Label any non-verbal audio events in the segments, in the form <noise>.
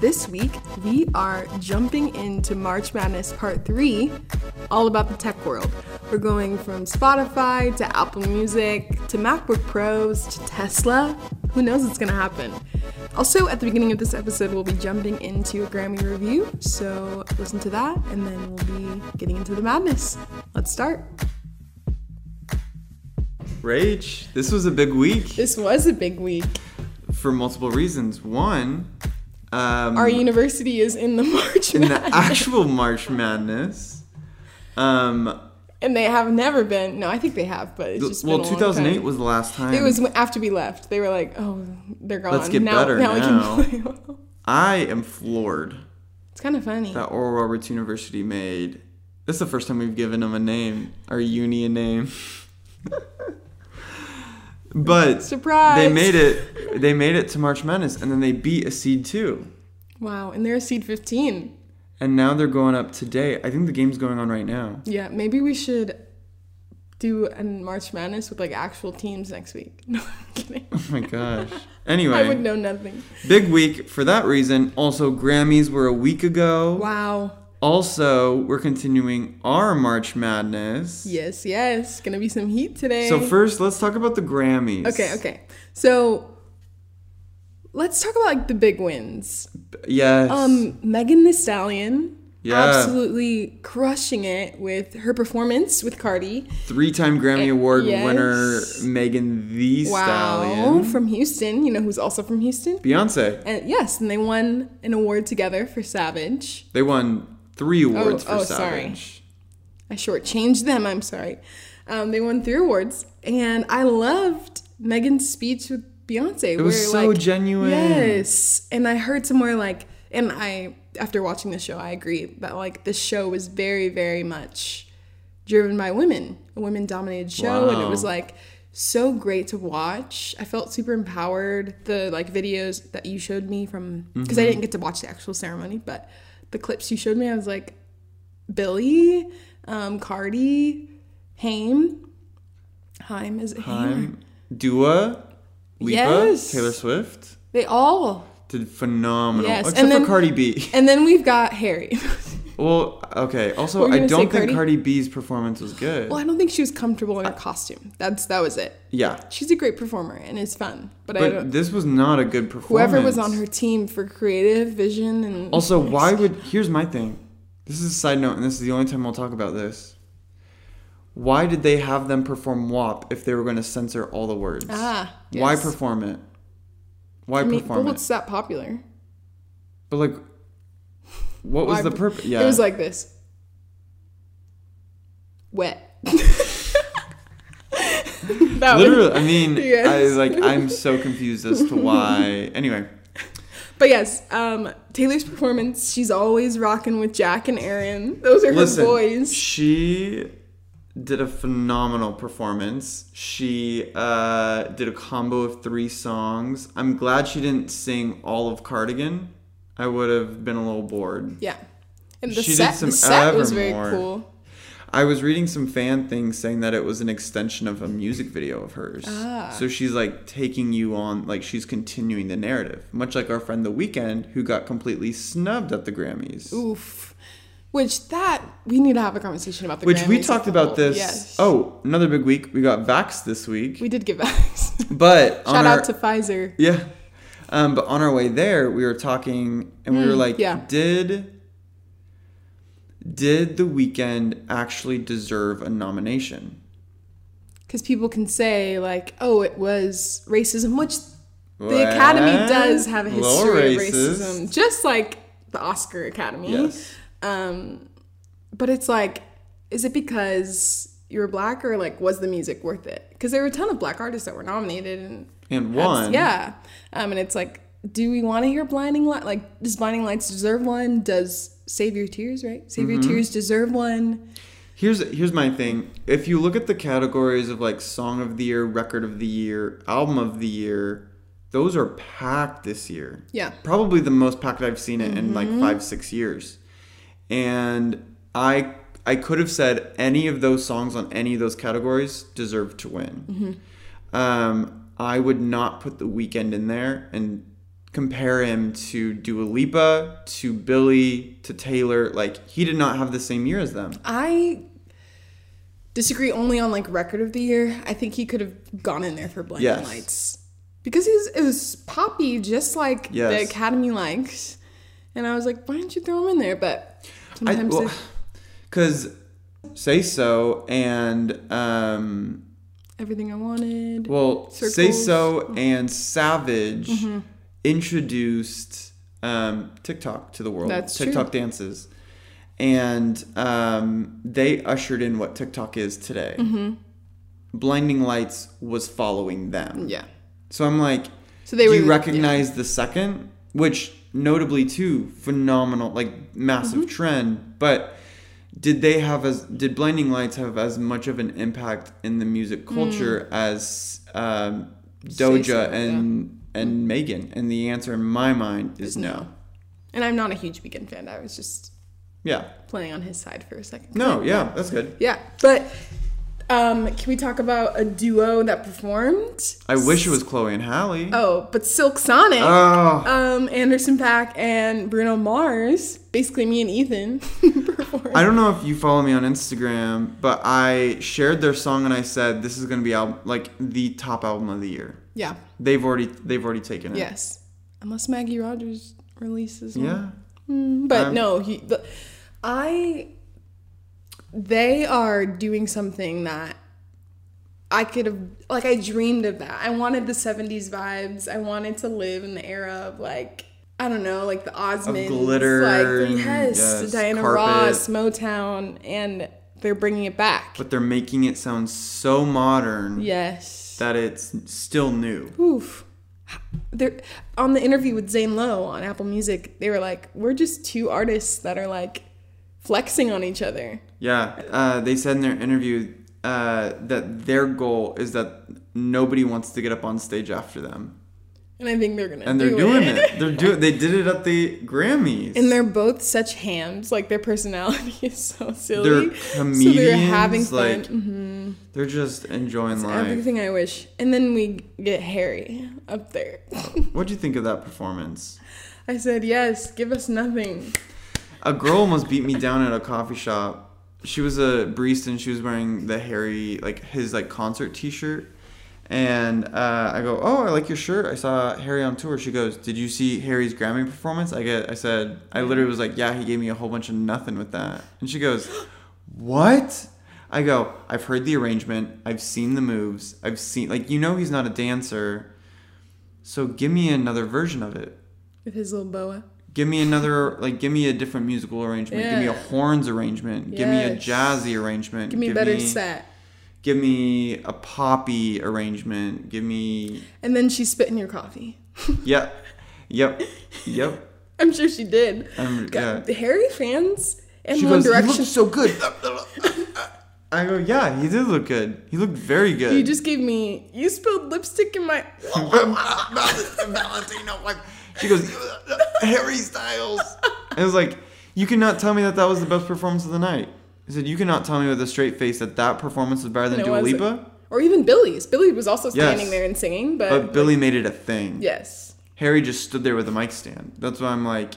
This week, we are jumping into March Madness Part 3, all about the tech world. We're going from Spotify to Apple Music to MacBook Pros to Tesla. Who knows what's gonna happen? Also, at the beginning of this episode, we'll be jumping into a Grammy review, so listen to that and then we'll be getting into the madness. Let's start. Rach, this was a big week This was a big week. for multiple reasons. One, um, Our university is Mm-hmm. in the <laughs> March in the Madness, <laughs> actual March Madness. Um, and they have never been. No, I think they have, but it's th- just well, been a long 2008 time. was the last time. It was when- after we left. They were like, "Oh, they're gone. Let's get now, better now, now." we can play well. I am floored <laughs> It's kind of funny. that Oral Roberts University made. This is the first time we've given them a name, our uni a name. <laughs> <laughs> but Surprise! they made it. They made it to March Madness, and then they beat a seed two. Wow, and they're seed 15. And now they're going up today. I think the game's going on right now. <laughs> Yeah, maybe we should do a March Madness with like actual teams next week. <laughs> No, I'm kidding. Oh my gosh. I would Anyway, know nothing. big week for that reason. Also, Grammys were a week ago. Wow. Also, we're continuing our March Madness. Yes, yes. Gonna be some heat today. So first, let's talk about the Grammys. Okay, okay. So let's talk about like the big wins. Yes. Um, Megan The Stallion. Yeah. Absolutely crushing it with her performance with Cardi. Three-time Grammy Award yes. winner Megan The Wow. Stallion. From Houston, you know who's also from Houston? Beyonce. And yes, and they won an award together for Savage. They won three awards for oh, sorry. Savage. I shortchanged them, I'm sorry. Um, they won three awards. And I loved Megan's speech with Beyonce. It was so genuine. Yes. And I heard somewhere like, and I, after watching the show, I agree that like this show was very, very much driven by women, a women dominated show. And it Wow. was like, so great to watch. I felt super empowered. The like videos that you showed me from because I didn't get to watch the actual ceremony, but the clips you showed me, I was like, Billy, um, Cardi, Haim. Haim is it Haim? Time. Dua, Lipa, Yes. Taylor Swift They all. did phenomenal. Yes, Except and for then- Cardi B. And then we've got Harry. <laughs> Well, okay. Also, Were you I gonna say don't think Cardi? Cardi? B's performance was good. well, I don't think she was comfortable in her costume. That's that was it. Yeah, She's a great performer and it's fun, but, I but don't. this was not a good performance. Whoever was on her team for creative vision and Also, why would? Here's my thing. This is a side note, and this is the only time we'll talk about this. Why did they have them perform WAP if they were going to censor all the words? Ah, Why yes. perform it? Why I mean, perform well, it? it's that popular. But like, what was Why the per- purpose? Yeah, It was like this. Wet. <laughs> that was, literally. I mean, <laughs> I Yes. like. I'm so <laughs> confused as to why. Anyway, but yes, um, Taylor's performance. She's always rocking with Jack and Aaron. Those are Listen, her boys. she did a phenomenal performance. She uh, did a combo of three songs. I'm glad she didn't sing all of Cardigan. I would have been a little bored. Yeah, and the She did set. some the set was very Evermore. cool. I was reading some fan things saying that it was an extension of a music video of hers. Ah. So she's like taking you on, like she's continuing the narrative, much like our friend The Weeknd, who got completely snubbed at the Grammys. Oof. Which that we need to have a conversation about the Which we Grammys talked as a whole. about this. Yes. Oh, another big week. We got Vax this week. we did give back. <laughs> Shout but on our- out to Pfizer. Yeah. Um, but on our way there, we were talking and we were like, Mm, yeah. did did the weekend actually deserve a nomination? because people can say like, "Oh, it was racism," which the Academy Well, does have a little history of racist. racism, just like the Oscar Academy. Yes. Um, but it's like, is it because you were black, or like, was the music worth it? Because there were a ton of black artists that were nominated and And that's- one. yeah. Um, and it's like, do we want to hear Blinding Light? Like, does Blinding Lights deserve one? Does Save Your Tears, right? Save Mm-hmm. Your Tears deserve one? Here's here's my thing. If you look at the categories of like song of the year, record of the year, album of the year, those are packed this year. Yeah. Probably the most packed I've seen it in like 5 6 years. And I I could have said any of those songs on any of those categories deserve to win. Um I would not put the weekend in there and compare him to Dua Lipa, to Billy, to Taylor. Like he did not have the same year as them. I disagree only on like record of the year. I think he could have gone in there for Blinding Yes. Lights because he's it was poppy, just like the Yes. Academy likes. And I was like, why didn't you throw him in there? But I sometimes <laughs> well, it- because say so and um everything I wanted. well say Circles. uh-huh. Mm-hmm. so and Savage introduced um TikTok to the world. That's true. TikTok dances. And um, they ushered in what TikTok is today. Mm-hmm. Blinding Lights was following them. yeah. So I'm like, So they do were you yeah. recognize the second, which notably too phenomenal, like Mm-hmm. massive trend. But did they have as did Blinding Lights have as much of an impact in the music Mm. culture as um, Say Doja so, and Mm-hmm. and Megan? And the answer in my mind is no. And I'm not a huge Weekend fan. I was just Yeah. playing on his side for a second. No. Yeah. That's good. Yeah, but um, can we talk about a duo that performed? I wish it was Chloe and Halle. Oh, but Silk Sonic, Oh. um, Anderson Pack, and Bruno Mars, basically me and Ethan, <laughs> performed. I don't know if you follow me on Instagram, but I shared their song and I said this is gonna be al- like the top album of the year. yeah, They've already they've already taken it. yes. Unless Maggie Rogers releases one. Yeah. Mm, But Um, no, he, the, I. They are doing something that I could have, like, I dreamed of that. I wanted the 70s vibes. I wanted to live in the era of, like, I don't know, like the Osmonds. glitter Like, and- yes, yes, Diana carpet. Ross, Motown, and they're bringing it back. But they're making it sound so modern yes. that it's still new. Oof. They're, on the interview with Zane Lowe on Apple Music, they were like, we're just two artists that are like flexing on each other. Yeah. Uh, they said in their interview uh, that their goal is that nobody wants to get up on stage after them. And I think they're gonna And they're do doing it. They're doing they did it at the Grammys. And they're both such hams. Like their personality <laughs> is so silly. They're so they're having comedians, fun. like- Mhm. They're just enjoying life. Everything I wish. And then we get Harry up there. <laughs> What'd you think of that performance? I said, yes, give us nothing. A girl almost beat me down at a coffee shop. She was a barista and she was wearing the Harry, like his like concert T-shirt. And uh, I go, oh, I like your shirt. I saw Harry on tour. She goes, did you see Harry's Grammy performance? I get, I said, I literally was like, yeah, he gave me a whole bunch of nothing with that. And she goes, what? I go, I've heard the arrangement. I've seen the moves. I've seen, like, you know, he's not a dancer. So give me another version of it With his little boa. give me another like give me a different musical arrangement give me a Yeah. horns arrangement give me a Yes. jazzy arrangement Give me a better set. give me a poppy arrangement give me And then she spit in your coffee. <laughs> yep yep yep I'm sure she did. Um, God, yeah. Harry fans and she One goes he Direction. looked so good <laughs> i go yeah he did look good he looked very good You just gave me. You spilled lipstick in my. Valentino, like, she goes harry styles i was like you cannot tell me that that was the best performance of the night I said, you cannot tell me with a straight face that that performance was better than it Dua wasn't. Lipa? Or even Billy's. Billy was also standing Yes. there and singing, but, But Billy made it a thing. yes, Harry just stood there with a mic stand. That's why I'm like,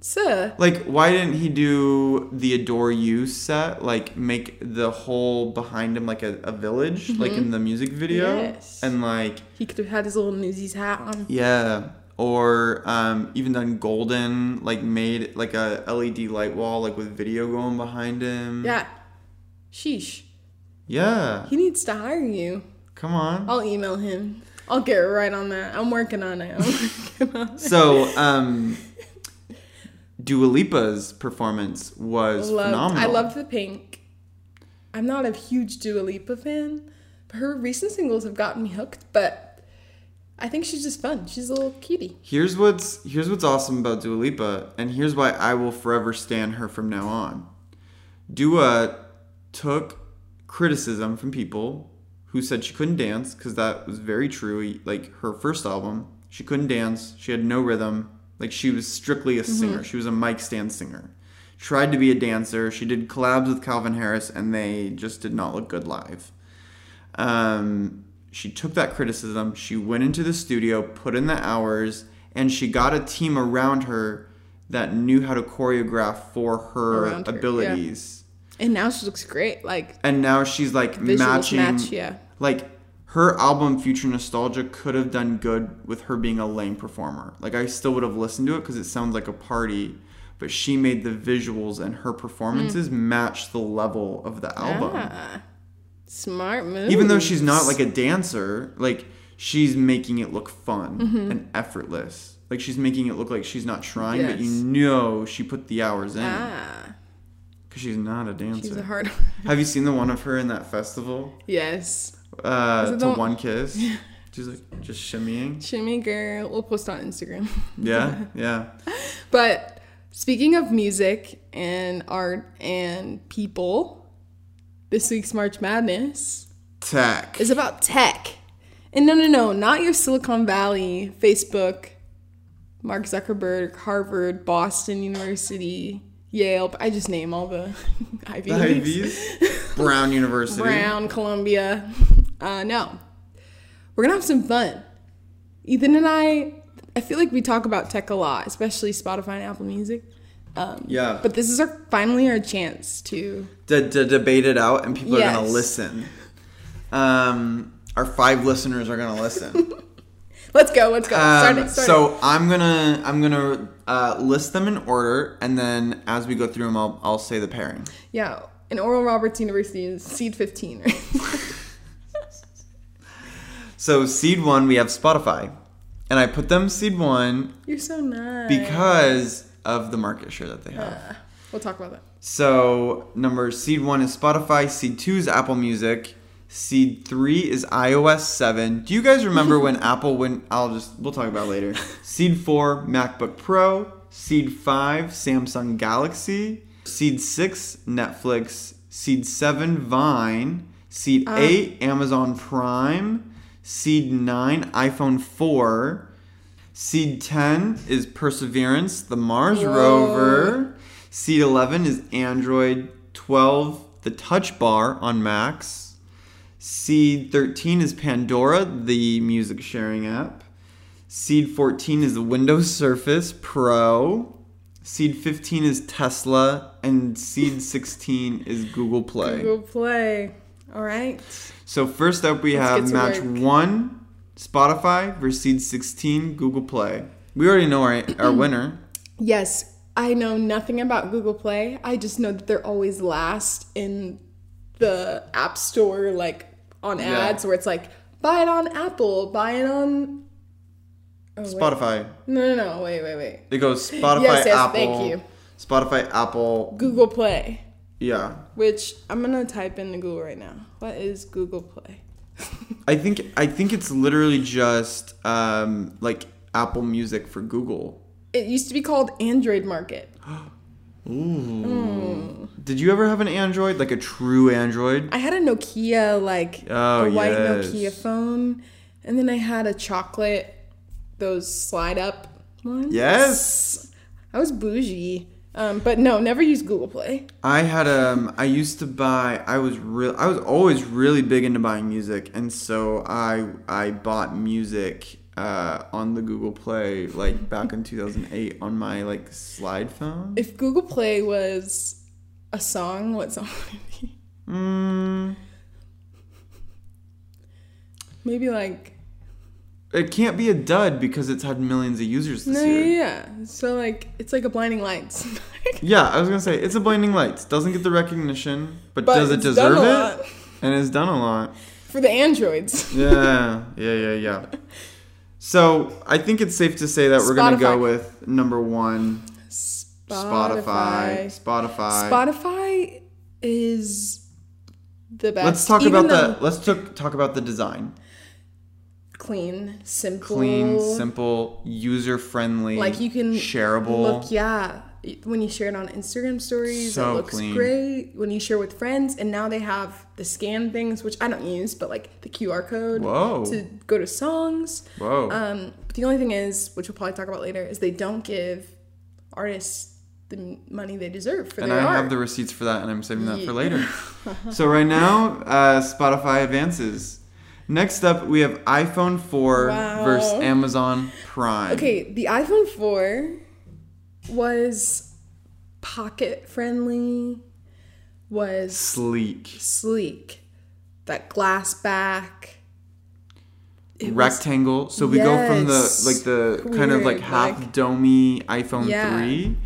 sir. like, why didn't he do the Adore You set? Like, make the whole behind him like a, a village, like in the music video? Mm-hmm. Yes. And like, He could have had his little newsies hat on. yeah. Or um, even done Golden, like, made like a LED light wall, like with video going behind him. Yeah. Sheesh. Yeah. He needs to hire you. Come on. I'll email him. I'll get right on that. I'm working on it. <laughs> I'm working on it. So, um, Dua Lipa's performance was Loved- phenomenal. I loved the pink. I'm not a huge Dua Lipa fan, but her recent singles have gotten me hooked. But I think she's just fun. She's a little cutie. Here's what's here's what's awesome about Dua Lipa, and here's why I will forever stand her from now on. Dua took criticism from people who said she couldn't dance because that was very true. Like her first album, she couldn't dance. She had no rhythm. Like she was strictly a singer. She was a mic stand singer. Tried to be a dancer. She did collabs with Calvin Harris, and they just did not look good live. Um, she took that criticism. She went into the studio, put in the hours, and she got a team around her that knew how to choreograph for her Around her, yeah. abilities. And now she looks great. Like And now she's like visuals matching match, yeah. like her album Future Nostalgia could have done good with her being a lame performer. Like I still would have listened to it because it sounds like a party, but she made the visuals and her performances Mm. match the level of the album. Ah, smart move. Even though she's not like a dancer, like she's making it look fun Mm-hmm. and effortless. Like she's making it look like she's not trying, but you Yes. know she put the hours in ah, because she's not a dancer. she's a <laughs> hard. <laughs> Have you seen the one of her in that festival? yes, Is Uh, it to the- one kiss. She's like just shimmying. shimmy girl. We'll post on Instagram. <laughs> Yeah, yeah. But speaking of music and art and people, this week's March Madness Tech. is about tech. And no, no, no, not your Silicon Valley, Facebook, Mark Zuckerberg, Harvard, Boston University, Yale. I just name all the <laughs> Ivy The leagues. <laughs> Ivies. Brown University. Brown, Columbia. <laughs> Uh, no. We're going to have some fun. Ethan and I, I feel like we talk about tech a lot, especially Spotify and Apple Music. Um, Yeah. But this is our finally our chance to. to, to debate it out and people are gonna Yes. listen. Um, our five listeners are gonna listen. Let's go, let's go. start Um, it, start it. so I'm gonna I'm gonna uh, list them in order, and then as we go through them, I'll, I'll say the pairing. Yeah. And Oral Roberts University is seed <laughs> 15, right? So seed one, we have Spotify, and I put them seed one <laughs> You're so nice. because of the market share that they have. We'll talk about that. So number seed one is Spotify, seed two is Apple Music, seed three is iOS seven. Do you guys remember when Apple went? I'll just we'll talk about it later. Seed four MacBook Pro, seed five Samsung Galaxy, seed six Netflix, seed seven Vine, seed eight Amazon Prime, seed nine iPhone four. Seed 10 is Perseverance, the Mars Whoa. rover. Seed 11 is Android. 12, the Touch Bar on Macs. Seed 13 is Pandora, the music sharing app. Seed 14 is the Windows Surface Pro. Seed 15 is Tesla. And Seed 16 is Google Play. Google Play. All right. So first up, we Let's get have to match work. one, Spotify versus Seed 16, Google Play. We already know our, <clears throat> our winner. Yes, I know nothing about Google Play. I just know that they're always last in the App Store, like on Yeah. ads where it's like, buy it on Apple, buy it on. Oh, wait. Spotify. No, no, no. Wait, wait, wait. <laughs> It goes Spotify, Yes, yes, Apple. thank you. Spotify, Apple. Google Play, Yeah. which I'm going to type into Google right now. What is Google Play? <laughs> I think I think it's literally just um, like Apple Music for Google. It used to be called Android Market. Ooh. Did you ever have an Android, like a true Android? I had a Nokia, like Oh, a white yes. Nokia phone, and then I had a chocolate, those slide up ones. Yes. I was bougie, um, but no, never used Google Play. I had um I used to buy I was real I was always really big into buying music and so I I bought music uh on the Google Play like back in 2008 on my like slide phone. If Google Play was a song, what song would it be? Mm, Maybe like it can't be a dud because it's had millions of users this no, yeah, year. yeah. yeah. So like it's like a blinding lights. <laughs> Yeah, I was going to say it's a blinding lights. Doesn't get the recognition, but, does it it's done deserve a it? lot And it's done a lot. for the androids? yeah, yeah, <laughs> yeah, yeah. So I think it's safe to say that we're gonna go Spotify. with number one, Spotify. Spotify. Spotify. Spotify is the best. Let's talk even about though- the. Let's talk talk about the design. clean, simple, Clean, simple, user friendly. Like you can shareable. Look, yeah. When you share it on Instagram stories, So it looks clean. great. When you share with friends, and now they have the scan things, which I don't use, but like the QR code Whoa. to go to songs. Whoa. Um, but the only thing is, which we'll probably talk about later, is they don't give artists the m- money they deserve for and their I art. have the <laughs> receipts for that, and I'm saving that Ye- for later. so right now, uh, Spotify advances. Next up, we have iPhone 4 Wow. versus Amazon Prime. Okay, the iPhone 4 was pocket friendly, was Sleek, sleek, that glass back. It was- rectangle. So we go from the Yes. like the kind of like Weird, half like- domey iPhone Yeah. 3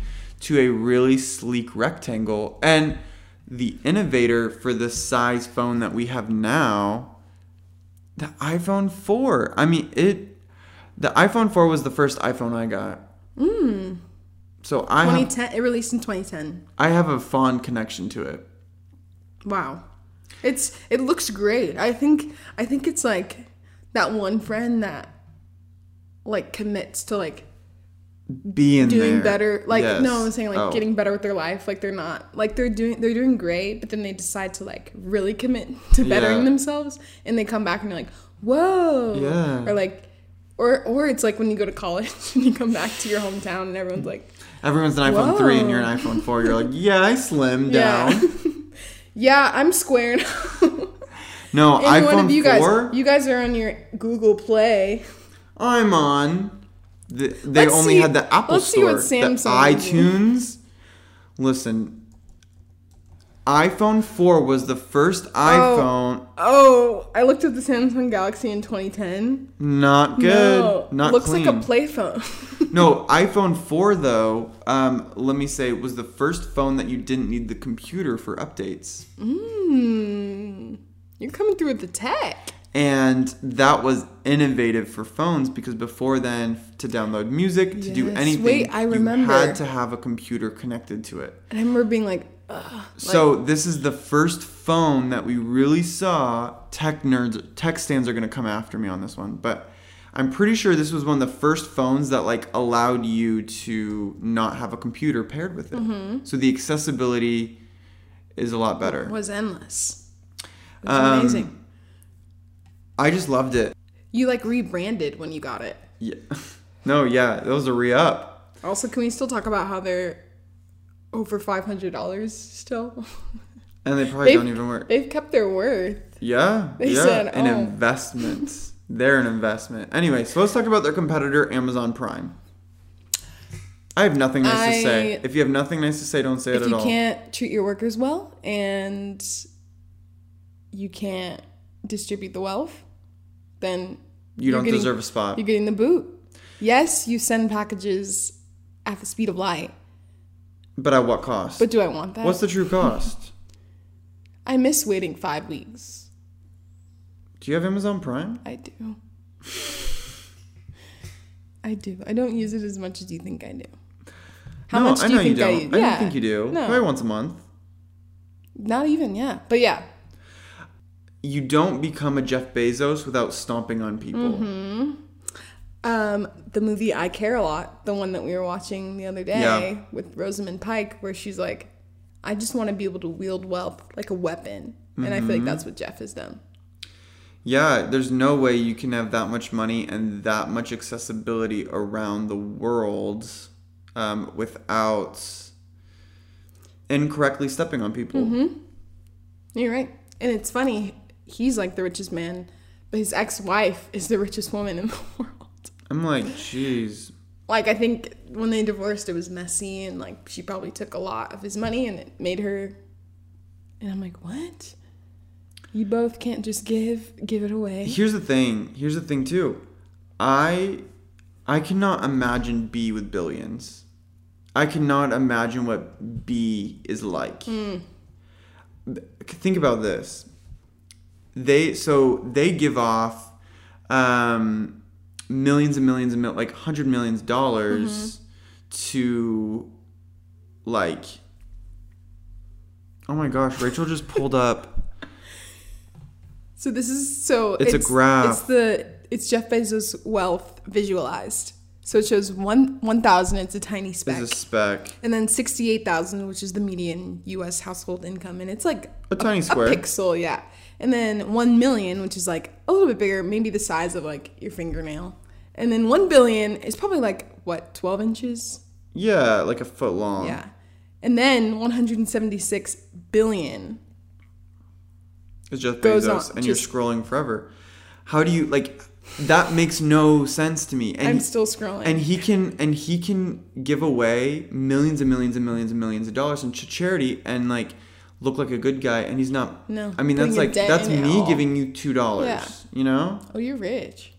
to a really sleek rectangle. And the innovator for the size phone that we have now, the iPhone 4. I mean, it the iPhone 4 was the first iPhone I got. Mm. So I have, 2010 it released in 2010 I have a fond connection to it. wow it's it looks great i think i think it's like that one friend that like commits to like being doing there. better like no i'm Yes. saying like Oh. getting better with their life like they're not like they're doing they're doing great but then they decide to like really commit <laughs> to bettering Yeah. themselves and they come back and they're like whoa Yeah. or like or or it's like when you go to college <laughs> and you come back to your hometown and everyone's like Everyone's an iPhone three and you're an Whoa. iPhone four. You're like, yeah, I slimmed <laughs> yeah down. yeah i'm square <laughs> now No, Any iPhone one of you guys, four. you guys are on your Google Play. I'm on. The, they Let's only see- had the Apple let's see Store, what Samsung the would do. iTunes. Listen, iPhone four was the first iPhone. Oh, I looked at the Samsung Galaxy in 2010. Not good. No, Not looks clean. like a play phone. <laughs> No, iPhone 4 though, um, let me say, was the first phone that you didn't need the computer for updates. Mmm, you're coming through with the tech. And that was innovative for phones because before then, to download music, to do Yes. anything, Wait, I you remember. had to have a computer connected to it. And I remember being like, Ugh, like, so this is the first phone that we really saw. Tech nerds, tech stands are gonna come after me on this one, but I'm pretty sure this was one of the first phones that like allowed you to not have a computer paired with it. Mm-hmm. So the accessibility is a lot better. was endless. It was Um, amazing. I just loved it. You like rebranded when you got it. Yeah. <laughs> No, yeah, that was a re up. Also, can we still talk about how they're over five hundred dollars still? <laughs> And they probably They- don't even work. They've kept their worth. Yeah, They yeah, said, an "Oh." investment. They're an investment. Anyway, so let's talk about their competitor, Amazon Prime. I have nothing nice to say. I- If you have nothing nice to say, don't say it if at you all. can't treat your workers well and you can't distribute the wealth, then you don't getting- deserve a spot. you're getting the boot. Yes, you send packages at the speed of light, but at what cost? but uh, do I want that? What's the true cost? I miss waiting five weeks. Do you have Amazon Prime? I do. I do. I don't use it as much as you think I do. <laughs> How no, much do I you know think I don't. use? I yeah. don't think you do. No. Probably once a month. Not even, yeah. But yeah. You don't become a Jeff Bezos without stomping on people. Mm-hmm. Um, the movie I Care a Lot, the one that we were watching the other day Yeah. with Rosamund Pike, where she's like, I just want to be able to wield wealth like a weapon. And I Mm-hmm. feel like that's what Jeff has done. Yeah, there's no way you can have that much money and that much accessibility around the world um, without incorrectly stepping on people. You're right. And it's funny, he's like the richest man, but his ex wife is the <laughs> richest woman in the world. I'm like, jeez. Like, I think when they divorced, it was messy and like she probably took a lot of his money and it made her. And I'm like, what? You both can't just give, give it away. Here's the thing. Here's the thing too. I I cannot imagine B with billions. I cannot imagine what B is like. B- Think about this. They so they give off um, millions and millions and mil- like hundred millions dollars Mm-hmm. to like. Oh my gosh! Rachel just pulled up. So this is so It's a graph. It's the it's Jeff Bezos' wealth visualized. So it shows one one thousand. It's a tiny speck, Is a spec. and then sixty eight thousand, which is the median U.S. household income, and it's like A tiny square. a pixel, yeah. And then one million, which is like a little bit bigger, maybe the size of like your fingernail. And then one billion is probably like what twelve inches, Yeah, like a foot long. yeah. And then one hundred and seventy six billion It's Jeff Goes Bezos, on, and you're just- scrolling forever. How do you like? That makes no sense to me. And I'm still scrolling. and he can and he can give away millions and millions and millions and millions of dollars in ch- charity and like look like a good guy and he's not No, i mean that's putting a like dent that's in it me all. giving you two dollars Yeah. you know oh, you're rich.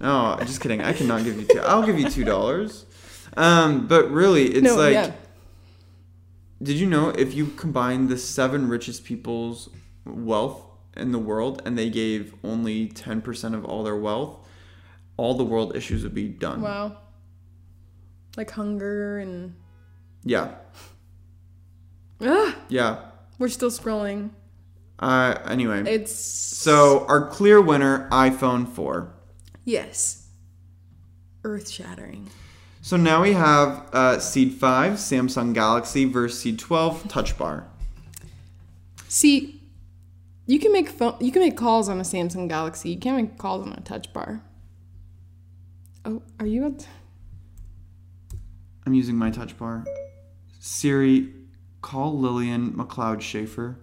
no just kidding i cannot give you two i'll give you two dollars um but really it's no, like yeah. did you know if you combine the seven richest people's wealth in the world and they gave only 10% of all their wealth all the world issues would be done Wow. Like hunger and yeah ah, yeah we're still scrolling. uh anyway It's So our clear winner, iPhone 4. yes, earth shattering. So now we have uh, Seed 5, Samsung Galaxy versus Seed 12, Touch Bar. See, you can make phone, you can make calls on a Samsung Galaxy. You can't make calls on a Touch Bar. Oh, are you at? <laughs> I'm using my Touch Bar. Siri, call Lillian McLeod Schaefer.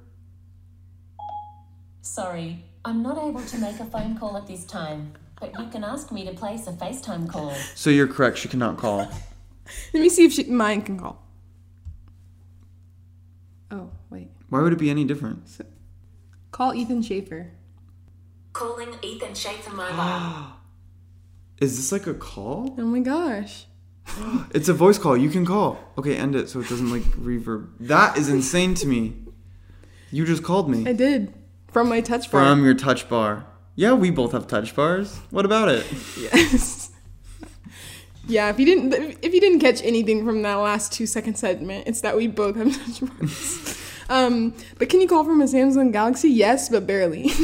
Sorry, I'm not able to make a phone call at this time, but you can ask me to place a FaceTime call. So you're correct, she cannot call. Let me see if she, mine can call. Oh wait, Why would it be any different? call Ethan Schaefer. Calling Ethan Schaefer Mobile. Is this like a call? Oh my gosh, It's a voice call. You can call. Okay, end it so it doesn't like reverb. That is insane to me. You just called me I did from my Touch Bar. from your Touch Bar. Yeah, we both have Touch Bars. What about it? Yes. yeah, if you didn't if you didn't catch anything from that last two second segment, it's that we both have <laughs> touch bars. um, but can you call from a Samsung Galaxy? Yes, but barely. <laughs>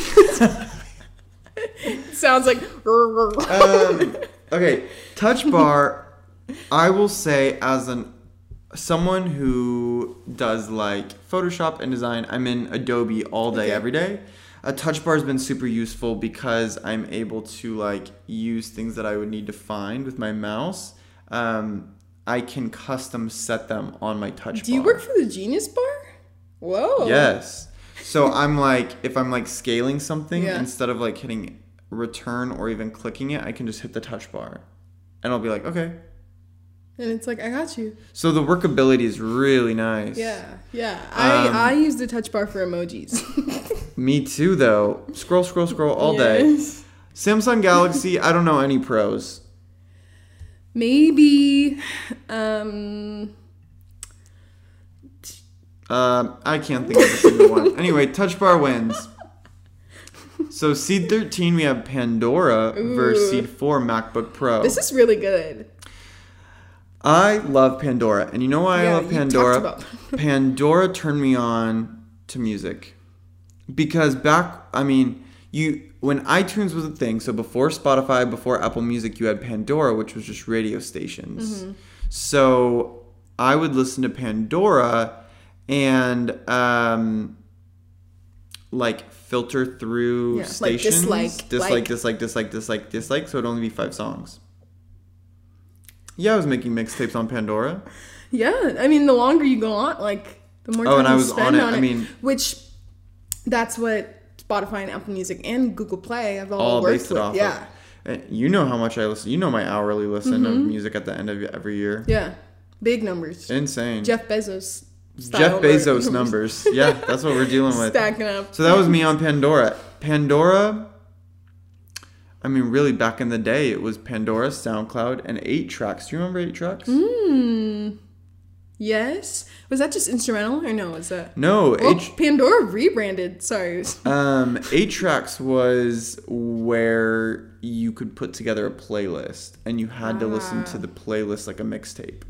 Sounds like <laughs> um, okay, touch bar. I will say as an someone who does like Photoshop and design, I'm in Adobe all day, every day. A touch bar has been super useful because I'm able to like use things that I would need to find with my mouse. Um, I can custom set them on my touch bar. Do you work for the Genius Bar? Whoa. Yes. So I'm like, if I'm like scaling something, Yeah. instead of like hitting return or even clicking it, I can just hit the touch bar. And I'll be like, okay. And it's like I got you. So the workability is really nice. Yeah, yeah. I Um, I use the touch bar for emojis. Me too, though. Scroll, scroll, scroll all day. Yes. Samsung Galaxy, I don't know any pros. Maybe. Um, Um, I can't think of a <laughs> single one. Anyway, touch bar wins. So seed 13, we have Pandora versus seed 4 MacBook Pro. this is really good. I love Pandora, and you know why I Yeah, love you Pandora? talked <laughs> about- Pandora turned me on to music because back, I mean, you when iTunes was a thing, so before Spotify, before Apple Music, you had Pandora, which was just radio stations. Mm-hmm. So I would listen to Pandora, and um, like filter through Yeah, like stations, dislike, dislike, like. dislike, dislike, dislike, dislike. So it'd only be five songs. Yeah, I was making mixtapes on Pandora. Yeah, I mean, the longer you go on, like the more Oh, time and I you was on spend it, on it. I mean- which that's what Spotify and Apple Music and Google Play have all, All worked based it with. off. yeah, Of, And you know how much I listen. You know my hourly listen of Mm-hmm. music at the end of every year. yeah, big numbers. Insane. Jeff Bezos. Jeff <laughs> Bezos numbers. Yeah, that's what we're dealing with. Stacking up. So that was me on Pandora. Pandora. I mean, really, back in the day, it was Pandora, SoundCloud, and eight tracks. Do you remember eight tracks? Hmm. yes, was that just instrumental or no? Was that? No, Oh, eight. Pandora rebranded. Sorry. Um, eight tracks was where you could put together a playlist, and you had to listen to the playlist like a mixtape.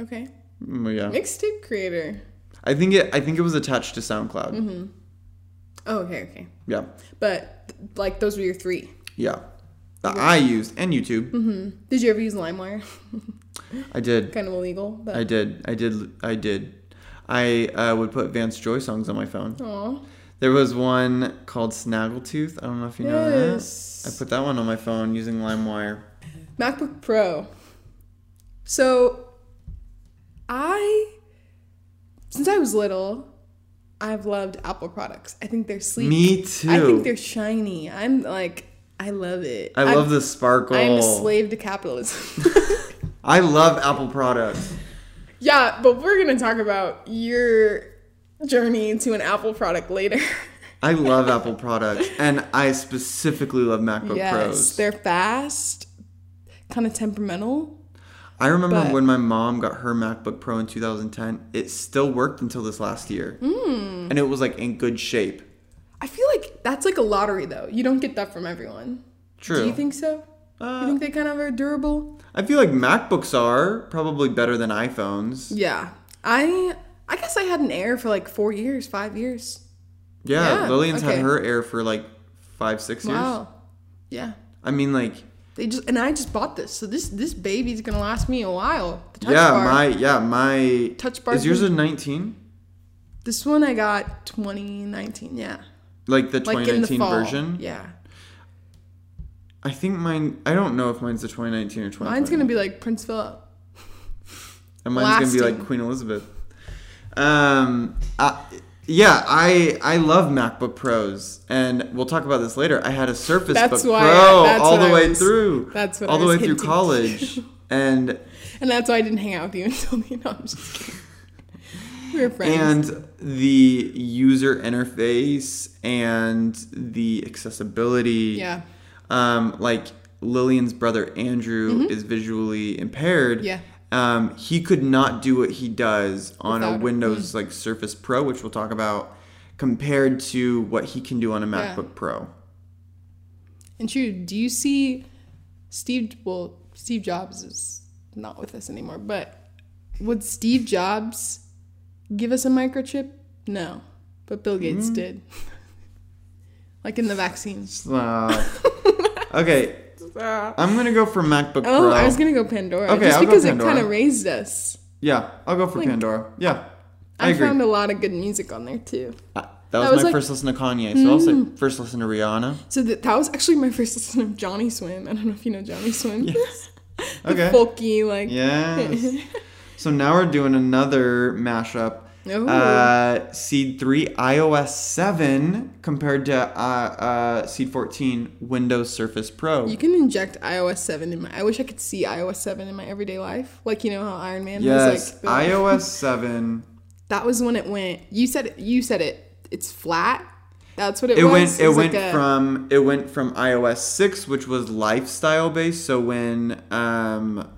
Okay. Mm, Yeah, Mixtape creator. I think it. I think it was attached to SoundCloud. Oh, okay, okay. Yeah, But like those were your three. yeah. That I used and YouTube. Did you ever use LimeWire? <laughs> I did. kind of illegal, but I did. I did. I did. I uh, would put Vance Joy songs on my phone. Aw. There was one called Snaggletooth. I don't know if you know Yes. that. I put that one on my phone using LimeWire. MacBook Pro. So I since I was little, I've loved Apple products. I think they're sleek. Me too. I think they're shiny. I'm like, I love it. I love the sparkle. I'm a slave to capitalism. <laughs> I love Apple products. yeah, but we're gonna talk about your journey to an Apple product later. I love <laughs> Apple products, and I specifically love MacBook Pros. they're fast, kind of temperamental. I remember but- when my mom got her MacBook Pro in 2010. It still worked until this last year, Hmm. and it was like in good shape. I feel like that's like a lottery though. You don't get that from everyone. True. Do you think so? you think they kind of are durable? I feel like MacBooks are probably better than iPhones. Yeah. I I guess I had an Air for like four years, five years. Yeah, Yeah, Lillian's okay. had her Air for like five, six years. Wow. Yeah. I mean, like, They just and I just bought this, so this this baby's gonna last me a while. The touch yeah, bar. my yeah my Touch bar is yours a thing. 19? this one I got 2019. Yeah. Like the Like in the 2019 fall. version? Yeah. I think mine. I don't know if mine's the 2019 or 2020. Mine's gonna be like Prince Philip. And mine's gonna be Blasting. like Queen Elizabeth. Um, I, yeah, I I love MacBook Pros, and we'll talk about this later. I had a Surface That's Book why I- Pro that's all what the I way was- through. that's what all I the was way through hinting. <laughs> college, and And that's why I didn't hang out with you <laughs> until you know, I'm just kidding. We were friends. and the user interface and the accessibility. Yeah. Um, like Lillian's brother Andrew is visually impaired. Mm-hmm. Yeah. Um, he could not do what he does on Without it. Mm. a Windows like Surface Pro, which we'll talk about, compared to what he can do on a Yeah. <laughs> MacBook Pro. And true, do you see Steve? Well, Steve Jobs is not with us anymore, but would Steve Jobs give us a microchip? No, but Bill Gates Hmm. did. <laughs> like in the vaccines. Uh, okay, Oh, I'm gonna go for MacBook Pro. I was gonna go Pandora Okay, just I'll go because it Pandora. kind of raised us. yeah, I'll go for Pandora. Yeah, I, I, agree. found a lot of good music on there too. Uh, that was Mm. was my like- first listen to Kanye, so I'll say first listen to Rihanna. So that, that was actually my first listen of Johnny Swim. I don't know if you know Johnny Swim. Yes. <laughs> the Okay. folky like Yes. <laughs> so now we're doing another mashup. Ooh. Uh, Seed 3 iOS 7 compared to uh, uh, Seed 14 Windows Surface Pro. You can inject iOS 7 in my. I wish I could see iOS 7 in my everyday life. Like, you know how Iron Man yes, was like. the- <laughs> iOS 7. That was when it went. You said it. You said it. It's flat. That's what it, It was. went it was went like a- from it went from iOS 6 which was lifestyle based so when um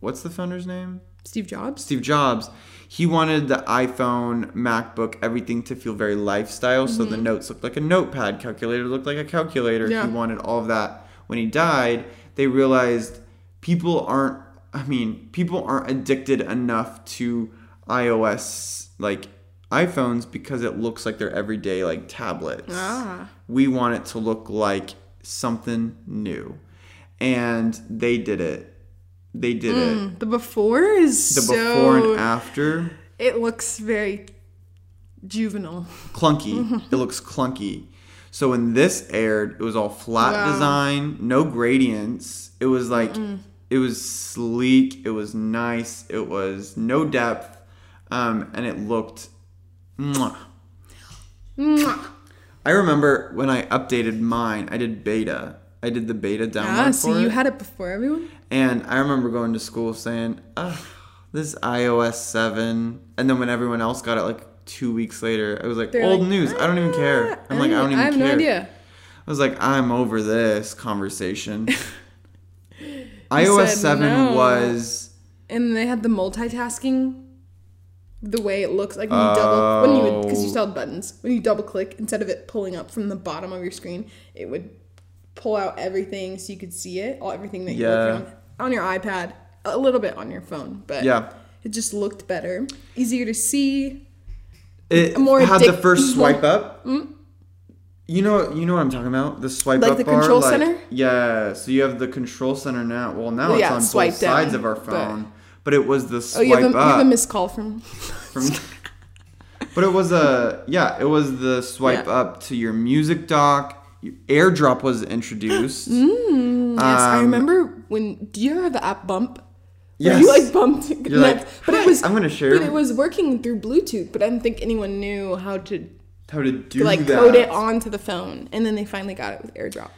what's the founder's name? Steve Jobs. Steve Jobs, he wanted the iPhone, MacBook, everything to feel very lifestyle. So the notes looked like a notepad, calculator looked like a calculator. Mm-hmm. Yeah. He wanted all of that. When he died, they realized people aren't, I mean, people aren't addicted enough to iOS, like iPhones, because it looks like their everyday, like tablets. Ah. We want it to look like something new. And they did it. They did it The before is the so. before and after It looks very juvenile. clunky it looks clunky so when this aired it was all flat Wow. design no gradients it was like it was sleek it was nice it was no depth um, and it looked mwah. Mwah. i remember when i updated mine i did beta i did the beta download Ah, so for you it. had it before everyone. And I remember going to school saying, Ugh, this iOS 7. And then when everyone else got it, like two weeks later, I was like, They're old like, "Ah, news. I don't even care. I'm like, I don't even I have care. no idea. I was like, I'm over this <laughs> conversation. iOS said 7 no. was. And they had the multitasking. The way it looks like when you double when you would because you Oh. still had buttons when you double click instead of it pulling up from the bottom of your screen it would pull out everything so you could see it all everything that you Yeah. looked on on your iPad a little bit on your phone but Yeah. it just looked better easier to see It more had the addic- Mhm. Mm. first swipe up. You know, you know what I'm talking about. The swipe Like up the bar, control like- center? Yeah. So you have the control center now. Well, now Well, it's yeah, on swipe both sides down, of our but- phone. But, it was the oh swipe you have, a, you up. have a missed call from <laughs> from <laughs> but it was a yeah it was the swipe Yeah. up to your music dock Your airdrop was introduced yes I Um, remember when do you ever have the app bump Where You Yes. like bumped You're neck. like, <laughs> but "Hi, it was I'm gonna share But it was working through Bluetooth. But I don't think anyone knew how to how to do like that. code it onto the phone. And then they finally got it with AirDrop.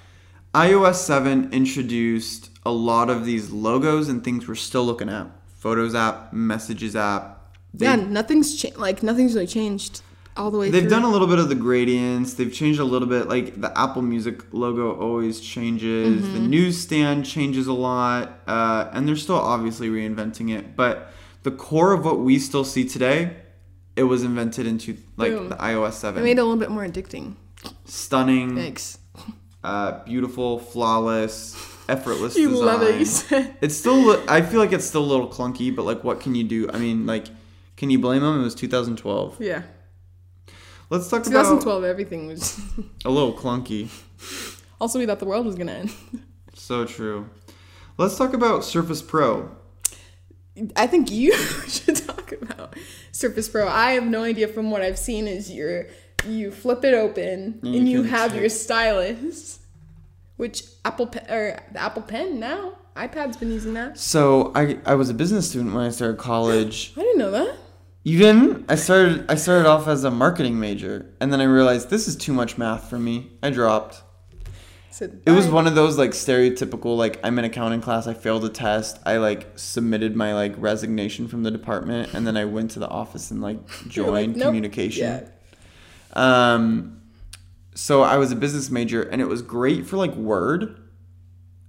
iOS 7 introduced a lot of these logos and things we're still looking at. Photos app, messages app. They, yeah, nothing's cha- like nothing's really changed all the way. They've through. done a little bit of the gradients. They've changed a little bit. Like the Apple Music logo always changes. The Mm-hmm. newsstand changes a lot. Uh, and they're still obviously reinventing it. But the core of what we still see today, it was invented into like Boom. the iOS 7. They made it a little bit more addicting. Stunning, Thanks. uh, beautiful, flawless, effortless You design. love it. You said. <laughs> It's still. I feel like it's still a little clunky, but like, what can you do? I mean, like, can you blame them? It was 2012. Yeah. Let's talk about 2012, everything was. <laughs> a little clunky. also, we thought the world was gonna end. So true. Let's talk about Surface Pro. <laughs> I think you should talk about Surface Pro. I have no idea from what I've seen is your you flip it open And and, you you can have check. your stylus, which Apple Pe- or the Apple Pen now iPad's been using that. So I I was a business student when I started college. I didn't know that. You didn't? I started I started off as a marketing major, and then I realized this is too much math for me. I dropped. So It was bye. one of those like stereotypical like I'm in accounting class, I failed a test, I like submitted my like resignation from the department, and then I went to the office and like <laughs> You're like, joined nope. communication. Yeah. Um, so I was a business major, and it was great for like Word,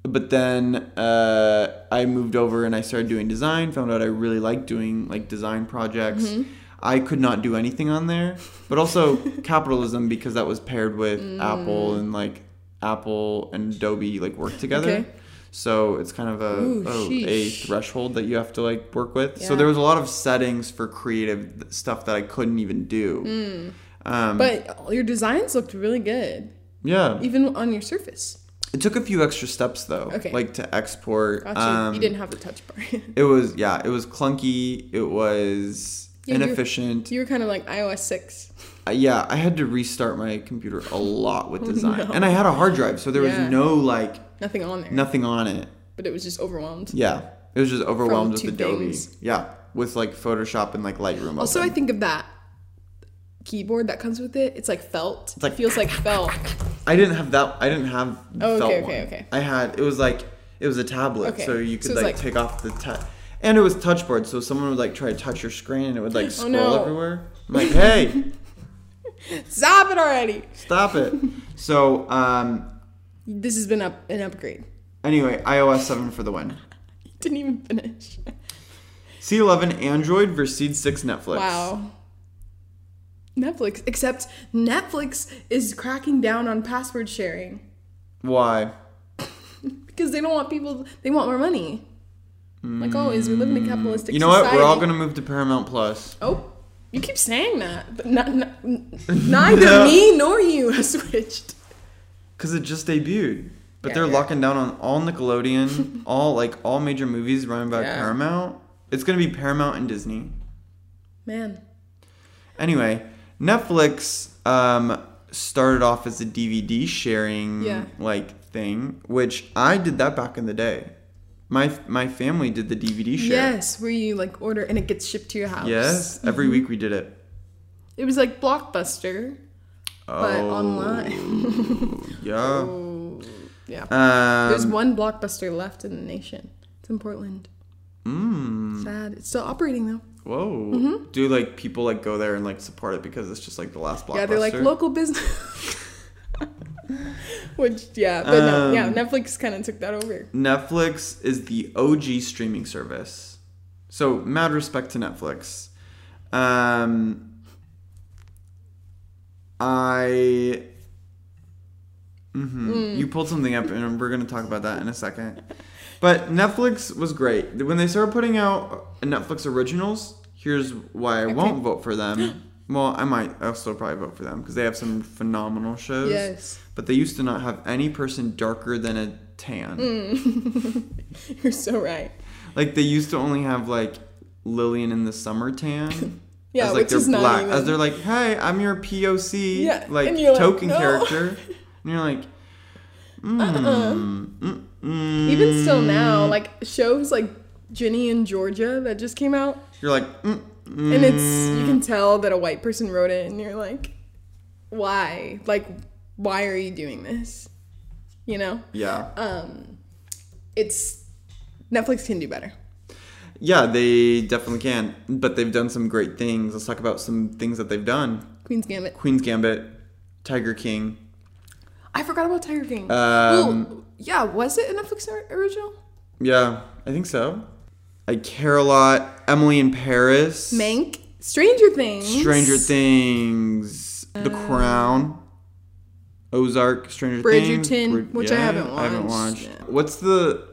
but then uh, I moved over and I started doing design. Found out I really liked doing like design projects. Mm-hmm. I could not do anything on there, but also <laughs> capitalism because that was paired with Mm. Apple and like Apple and Adobe like work together. Okay. So it's kind of a Ooh, a- a sheesh. threshold that you have to like work with. So Yeah. there was a lot of settings for creative th- stuff that I couldn't even do. Mm. Um, But all your designs looked really good, yeah, even on your Surface. it took a few extra steps though, Okay. like to export. Gotcha. you Um, didn't have the touch bar. <laughs> It was yeah, it was clunky. It was Yeah, you- inefficient. you were kind of like iOS six. Uh, yeah, I had to restart my computer a lot <laughs> with design, Oh, no. and I had a hard drive, so there Yeah. was no like Nothing on there, nothing on it. but it was just overwhelmed. Yeah, it was just overwhelmed with two Adobe. things. Yeah, with like Photoshop and like Lightroom. Also, I open. think of that keyboard that comes with it. It's like felt. like- it feels like felt. I didn't have that. I didn't have. The Oh, okay, felt okay, one. okay. I had. It was like it was a tablet, Okay, so you could so it's like, like- take off the ta- and it was touch board, so someone would like try to touch your screen, and it would <laughs> like scroll Oh, no. everywhere. I'm like, hey. <laughs> Stop it already. Stop it. So, um, This has been up an upgrade. anyway, iOS 7 for the win. Didn't even finish. C11 Android versus Seed 6 Netflix. Wow. Netflix, except Netflix is cracking down on password sharing Why? because they don't want people. They want more money. Like always, we live in a capitalistic. You know what? We're all society. going to move to Paramount Plus. Oh, you keep saying that, but not, not, <laughs> neither No. me nor you <laughs> have switched. Because it just debuted. But Yeah, they're yeah. locking down on <laughs> all Nickelodeon, all like all major movies run by Yeah. Paramount. It's going to be Paramount and Disney. Man, Anyway, Netflix um, started off as a DVD sharing Yeah. like thing, which I did that back in the day. My my family did the DVD share. yes, Mm-hmm. where you like order and it gets shipped to your house. Yes, every week we did it. it was like Blockbuster, but Oh, online. <laughs> Yeah. Ooh, yeah, there's Um, one Blockbuster left in the nation. It's in Portland. mm, Sad. It's still operating though. whoa. Mm-hmm. Do like people like go there and like support it because it's just like the last blockbuster? Yeah, they're like local business. <laughs> Which yeah, but no, yeah, Um, Netflix kind of took that over. Netflix is the OG streaming service. So mad respect to Netflix. Um, I. Mhm. You pulled something up, and we're gonna talk about that in a second. But Netflix was great when they started putting out Netflix originals. Here's why I won't vote for them. Well, I might. I'll still probably vote for them because they have some phenomenal shows Yes, but they used to not have any person darker than a tan. Mm. <laughs> you're so right. Like they used to only have like Lillian in the summer tan. <laughs> Yeah, as, like which they're is not black. even- As they're like, "Hey, I'm your POC, Yeah, like and you're like, token "No." <laughs> character," and you're like, mm, Uh-uh. mm, mm, Even still now, like shows like Ginny in Georgia that just came out, You're like, mm, mm. and it's you can tell that a white person wrote it, and you're like, why? Like, why are you doing this? You know, yeah, um, it's Netflix can do better. yeah. They definitely can, but they've done some great things. Let's talk about some things that they've done. Queen's Gambit. Queen's Gambit, Tiger King. I forgot about Tiger King. Um, Ooh, yeah, was it a Netflix or- original? Yeah, I think so. I care a lot. Emily in Paris. Mank. Stranger Things. Stranger Things, The Uh, Crown, Ozark, Stranger Things, Bridgerton, Brid- which I haven't I haven't watched. watched. What's the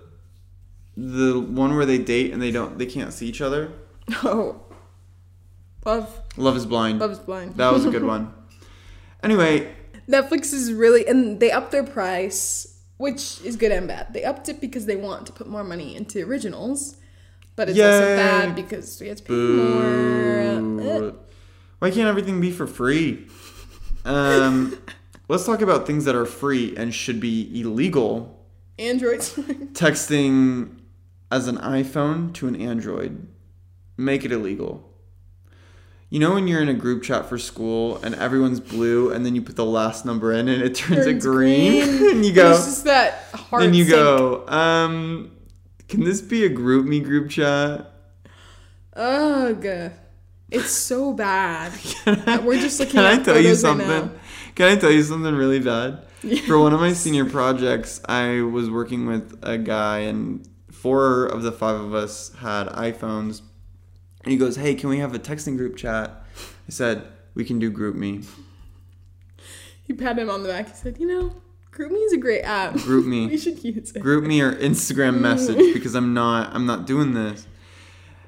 the one where they date and they don't they can't see each other? <laughs> Oh. Love. Love is blind. Love is blind. that was <laughs> a good one. Anyway, Netflix is really and they upped their price, which is good and bad. They upped it because they want to put more money into originals, but it's also Yay. bad because we have to pay more. Uh, boo. why can't everything be for free? <laughs> Um, let's talk about things that are free and should be illegal. <laughs> Androids. texting as an iPhone to an Android. Make it illegal. You know when you're in a group chat for school and everyone's blue and then you put the last number in and it <laughs> turns, a Turns green, <laughs> <laughs> and you It's go just that hard. then you sync. go, um can this be a group me group chat? Ugh. It's so bad. <laughs> Can I- We're just looking <laughs> Can at I tell you photos right something? now. Can I tell you something really bad? For one <laughs> of my senior projects, I was working with a guy, and four of the five of us had iPhones. And he goes, "Hey, can we have a texting group chat?" I said, "We can do group me. He patted him on the back. He said, "You know, GroupMe is a great app. Group me. <laughs> we should use it." Group me or Instagram <laughs> message because I'm not I'm not doing this.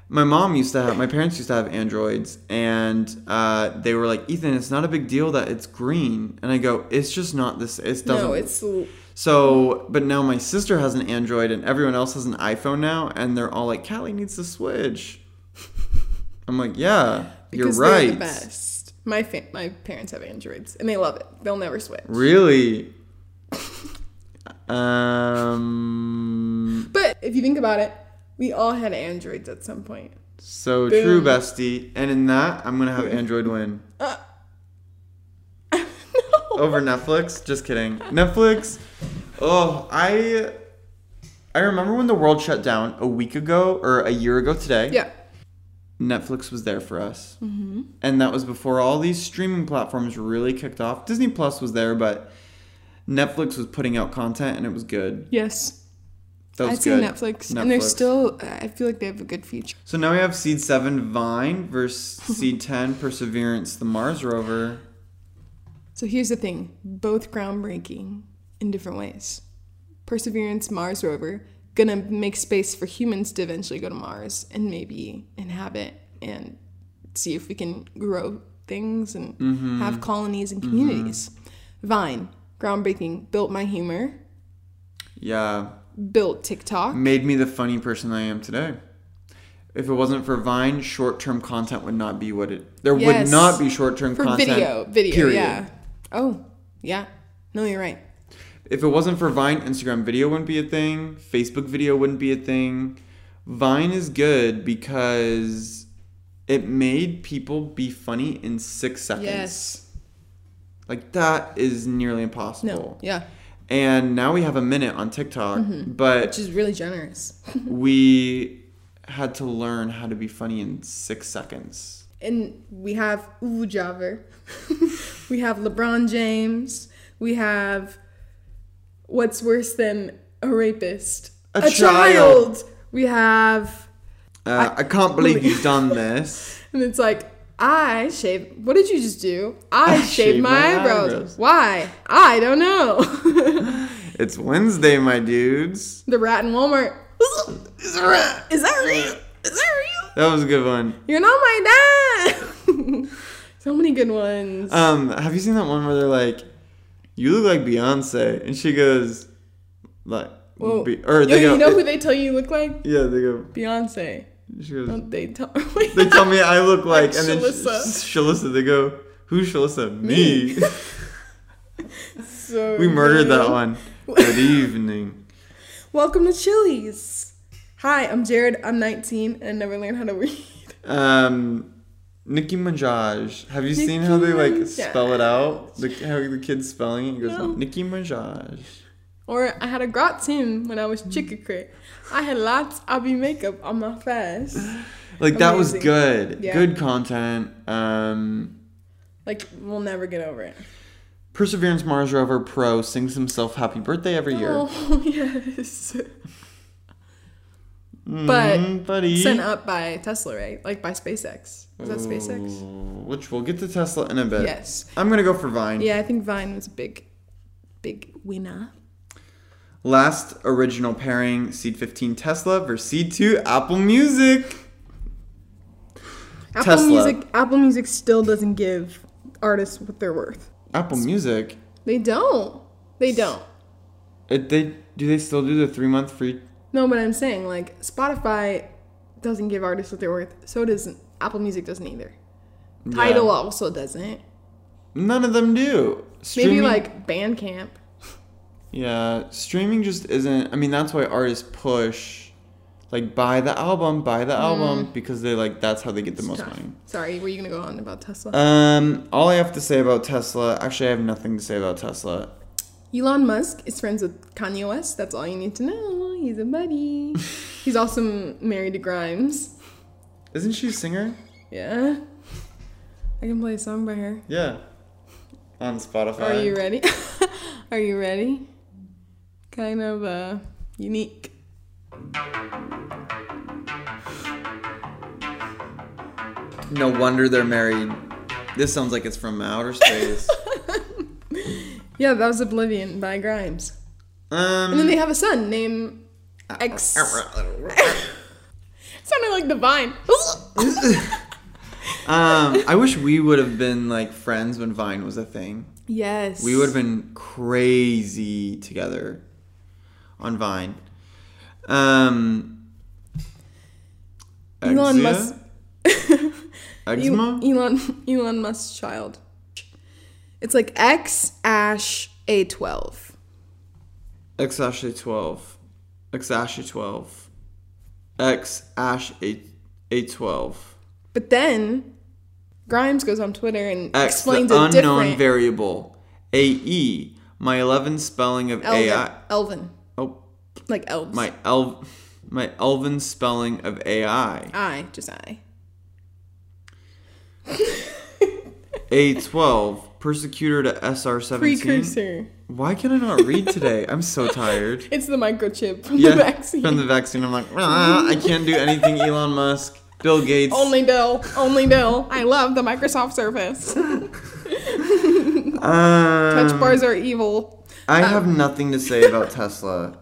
My mom used to have my parents used to have androids and uh, they were like Ethan, it's not a big deal that it's green, and I go, it's just not this. It doesn't. No, it's l- So, but now my sister has an Android and everyone else has an iPhone now, and they're all like, Callie needs to switch. <laughs> I'm like, yeah, because you're they're right. the best. My fa- my parents have androids and they love it. They'll never switch. Really? <laughs> um, But if you think about it, we all had androids at some <laughs> point. so Boom. true, bestie. And in that, I'm going to have Android win Uh, over Netflix. Just kidding. Netflix. Oh, I. I remember when the world shut down a week ago or a year ago today. yeah. Netflix was there for us. Mm-hmm. And that was before all these streaming platforms really kicked off. Disney Plus was there, but Netflix was putting out content and it was good. Yes. That was I'd say good. Netflix. And they're Netflix. still, I feel like they have a good future. So now we have Seed 7 <laughs> Vine versus Seed 10 Perseverance the Mars rover. So here's the thing both groundbreaking in different ways. Perseverance Mars rover, gonna make space for humans to eventually go to Mars and maybe inhabit and see if we can grow things and Mm-hmm. have colonies and communities. Vine, groundbreaking, built my humor, Yeah, built TikTok. made me the funny person I am today. If it wasn't for Vine, short-term content would not be what it. There Yes. would not be short-term For content. video, video, period. yeah. Oh, yeah. No, you're right. If it wasn't for Vine, Instagram video wouldn't be a thing. Facebook video wouldn't be a thing. Vine is good because it made people be funny in six seconds. Yes. Like that is nearly No. impossible. Yeah. Mm-hmm. And now we have a minute on TikTok, Which but is really generous. we had to learn how to be funny in six seconds. and we have Uvu Javer. <laughs> we have LeBron James. We have what's worse than a rapist? A child. We have, Uh, I, can't believe you've done this. and it's like, I shave. What did you just do? I, shaved shaved my, my eyebrows. eyebrows. Why? I don't know. <laughs> It's Wednesday, my dudes. the rat in <laughs> Walmart. Is that Is that real? Is that real? was a good one. You're not my dad. <laughs> so many good ones. Um, have you seen that one where they're like, "You look like Beyonce," and she goes, "Like, Whoa. be, or Yo, they you go, know who they tell you you look like? yeah, they go, Beyonce. she goes, Don't they tell <laughs> they tell me I look like, and then Shalissa. Shalissa. Shalissa, they go, who's Shalissa? Me. <laughs> So we murdered that good. <laughs> one. Good evening. Welcome to Chili's. Hi, I'm Jared. I'm 19 and I never learned how to read. <laughs> Um, Nicki Minaj. Have you seen how they Nicki like Minaj. spell it out? The, how the kid's spelling it? He goes, No. Nicki Minaj. Or I had a gratin when I was chickacrit. I had lots of makeup on my face. Like that was Amazing. good. Yeah. Good content. Um, Like we'll never get over it. Perseverance Mars rover pro sings himself happy birthday every year. Oh <laughs> yes. But Mm, buddy. Sent up by Tesla, right? Like by SpaceX. Was that SpaceX? Ooh, Which we'll get to Tesla in a bit. Yes. I'm gonna go for Vine. Yeah, I think Vine was a big, big winner. Last original pairing: Seed 15 Tesla versus Seed 2 Apple Music. Apple Tesla. Music. Apple Music still doesn't give artists what they're worth. Apple Music. They don't. They don't. It, they do they still do the three month free? No, but I'm saying like Spotify doesn't give artists what they're worth. So doesn't Apple Music doesn't either. Tidal also doesn't. None of them do. Maybe Streaming- like Bandcamp. Yeah, streaming just isn't. I mean, that's why artists push, like, buy the album, buy Mm. the album, because they like that's how they get the most Tough. money. Sorry, were you gonna go on about Tesla? Um, all I have to say about Tesla, actually, I have nothing to say about Tesla. Elon Musk is friends with Kanye West. That's all you need to know. He's a <laughs> buddy. He's also m- married to Grimes. Isn't she a singer? Yeah. I can play a song by her. Yeah, on Spotify. Are you ready? <laughs> Are you ready? Kind of uh, unique. No wonder they're married. This sounds like it's from <laughs> outer space. Yeah, that was Oblivion by Grimes. And then um, they have a son named X. Sounded like the vine. <laughs> um, I wish we would have been like friends when Vine was a thing. yes. We would have been crazy together on Vine. Um, Elon Exia? Musk. Eczema? Elon Elon Musk's child. It's like X Ash A12. X Ash A12. X Ash A12. X Ash A- A12. But then Grimes goes on Twitter and X explains the a unknown different variable. AE. My 11 spelling of Elvin, AI. Elvin, Oh, like elves. my elv. My elven spelling of AI. I just I. A12. Persecutor to SR17. Precursor. Why can I not read today? <laughs> I'm so tired. It's the microchip from Yeah, the vaccine. from the vaccine, I'm like, "Ah, I can't do anything. Elon Musk, Bill Gates. only Bill, only Bill. I love the Microsoft Surface. Um, Touch bars are evil. Uh, I have nothing to say about Tesla.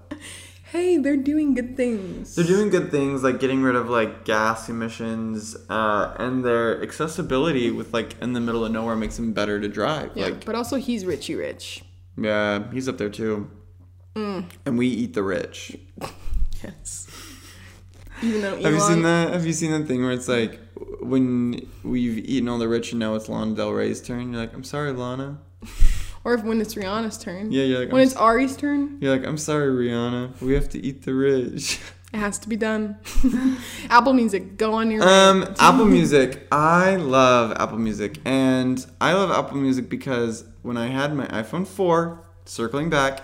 Hey, they're doing good things. They're doing good things like getting rid of like gas emissions, uh, and their accessibility with like in the middle of nowhere makes them better to drive. Yeah, Like, but also he's Richie Rich. yeah, he's up there too. Mm. And we eat the rich. Yes. Even though Elon, <laughs> Have you seen that? Have you seen that thing where it's like when we've eaten all the rich and now it's Lana Del Rey's turn? You're like, I'm sorry, Lana. or if when it's Rihanna's turn. Yeah, you're like, When I'm it's Ari's turn, You're like, I'm sorry, Rihanna. We have to eat the rich. <laughs> it has to be done. <laughs> Apple Music, go on your. Um, Apple Music. I love Apple Music, and I love Apple Music because when I had my iPhone 4, circling back,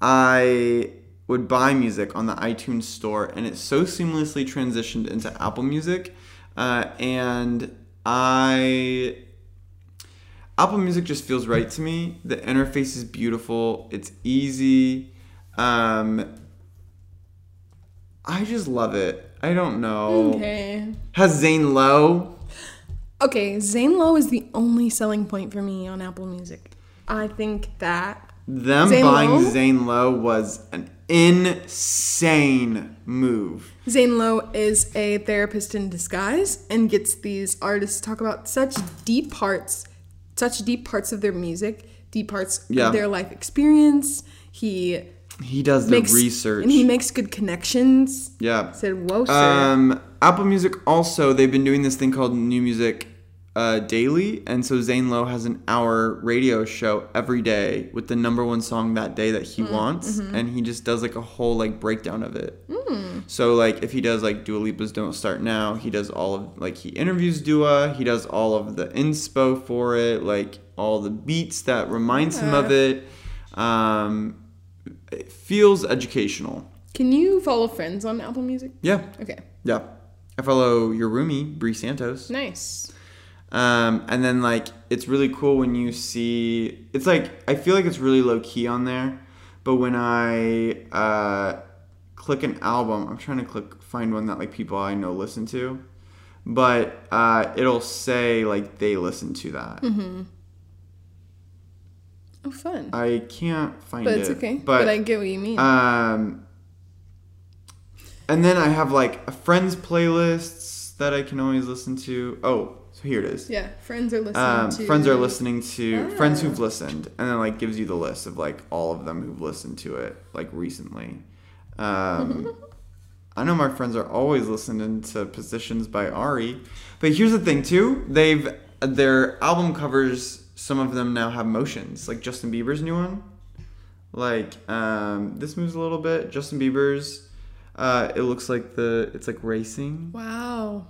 I would buy music on the iTunes store, and it so seamlessly transitioned into Apple Music, uh, and I Apple Music just feels right to me. The interface is beautiful. It's easy. Um, I just love it. I don't Hmm, know. <laughs> okay. Has Zane Lowe? Okay, Zane Lowe is the only selling point for me on Apple Music. I think that Them Zane buying Lowe? Zane Lowe was an insane move. Zane Lowe is a therapist in disguise and gets these artists to talk about such deep parts, such deep parts of their music, deep parts Yeah. of their life experience. He He does the makes research. and he makes good connections. yeah. Said whoa, sir. Um, Apple Music also, they've been doing this thing called New Music uh, Daily. And so Zane Lowe has an hour radio show every day with the number one song that day that he wants. And he just does like a whole like breakdown of it. So like if he does like Dua Lipa's "Don't Start Now," he does all of like he interviews Dua, he does all of the inspo for it, like all the beats that reminds him of it. Um, it feels educational. Can you follow friends on Apple Music? Yeah, Okay, yeah. I follow your roomie Bree Santos. nice. Um, and then like it's really cool when you see it's like I feel like it's really low key on there, but when I uh, click an album, I'm trying to click find one that like people I know listen to, but uh, it'll say like they listen to that. Mm-hmm. Oh, fun. I can't find but it, it's okay. But, But, I get what you mean. um, and then I have like a friends playlists that I can always listen to. Oh, so here it is. yeah, friends are listening um, to. friends are listening to friends Ah. who've listened and then like gives you the list of like all of them who've listened to it like recently um, i know my friends are always listening to positions by ari but here's the thing too they've their album covers some of them now have motions like justin bieber's new one like um, this moves a little bit justin bieber's uh, it looks like the it's like racing Wow.